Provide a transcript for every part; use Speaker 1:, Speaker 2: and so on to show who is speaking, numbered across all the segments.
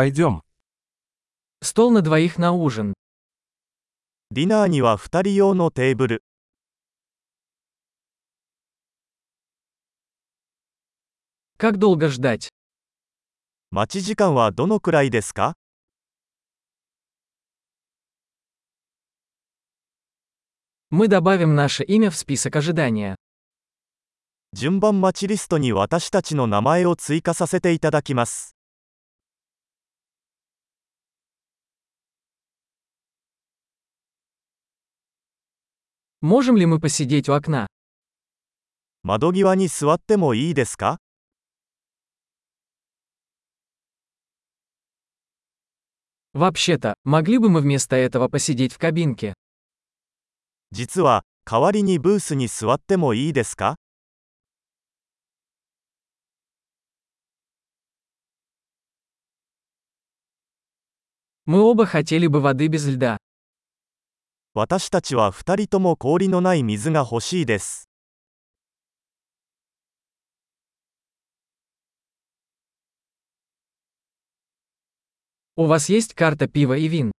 Speaker 1: Пойдем.
Speaker 2: Стол на двоих на ужин.
Speaker 3: ディナーには2人用のテーブル
Speaker 2: Как долго ждать?
Speaker 3: 待ち時間はどのくらいですか
Speaker 2: Мы добавим наше имя в список ожидания.
Speaker 3: 順番待ちリストに私たちの名前を追加させていただきます
Speaker 2: Можем ли мы посидеть у окна?
Speaker 3: 窓際に座ってもいいですか
Speaker 2: Вообще-то, могли бы мы вместо этого посидеть в кабинке?
Speaker 3: 実は代わりにブースに座ってもいいですか
Speaker 2: Мы оба хотели бы воды без льда.
Speaker 3: 私たちは2人とも氷のない水が欲しいです
Speaker 2: У вас есть карта пива и вин?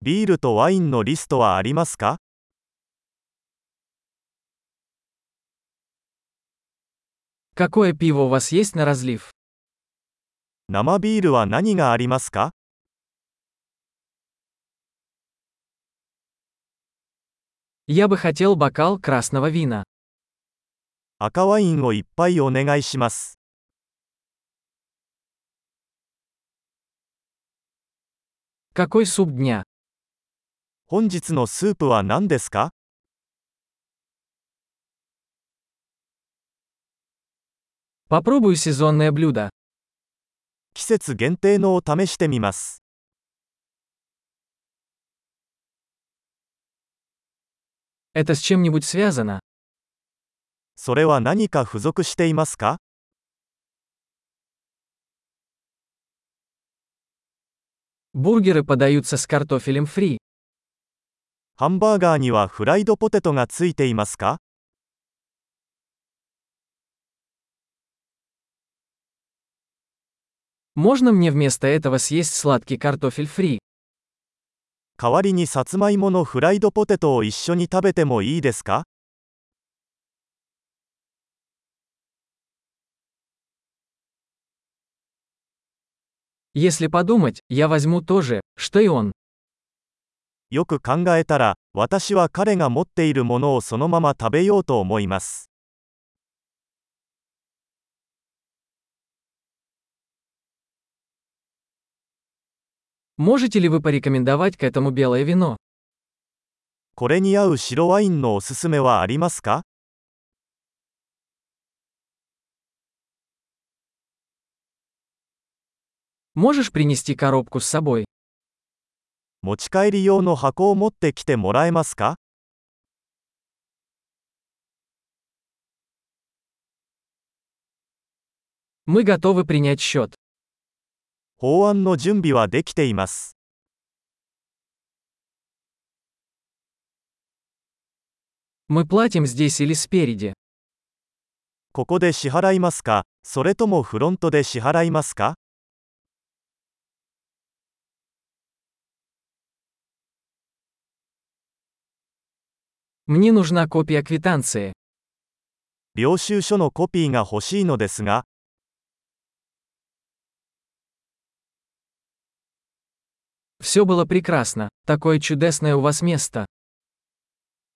Speaker 3: ビールとワインのリストはありますか
Speaker 2: Какое пиво у вас есть на разлив?
Speaker 3: 生ビールは何がありますか
Speaker 2: Я бы хотел бокал красного вина.
Speaker 3: 赤ワインをいっぱいお願いします
Speaker 2: Какой суп дня?
Speaker 3: 本日のスープは何ですか
Speaker 2: Попробую сезонное блюдо.
Speaker 3: 季節限定のを試してみます
Speaker 2: Это с чем-нибудь связано?
Speaker 3: それは何か付属していますか
Speaker 2: Бургеры подаются с картофелем фри.
Speaker 3: ハンバーガーにはフライドポテトがついていますか
Speaker 2: Можно мне вместо этого съесть сладкий картофель фри?
Speaker 3: 代わりにさつまいものフライドポテトを一緒に食べてもいいですか
Speaker 2: Если подумать, я возьму то же, что и он.
Speaker 3: よく考えたら、私は彼が持っているものをそのまま食べようと思います。
Speaker 2: Можете ли вы порекомендовать к этому белое вино?
Speaker 3: これに合う白ワインのおすすめはありますか
Speaker 2: Можешь принести коробку с собой?
Speaker 3: 持ち帰り用の箱を持ってきてもらえますか
Speaker 2: Мы готовы принять счет.
Speaker 3: 法案の準備はできています。
Speaker 2: Мы платим здесь или спереди.
Speaker 3: ここで支払いますかそれともフロントで支払いますか
Speaker 2: Мне нужна копия квитанции.
Speaker 3: 領収書のコピーが欲しいのですが、
Speaker 2: Все было прекрасно. Такое чудесное у вас место.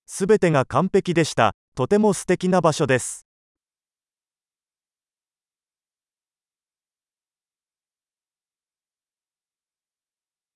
Speaker 3: すべてが完璧でした。とても素敵な場所です。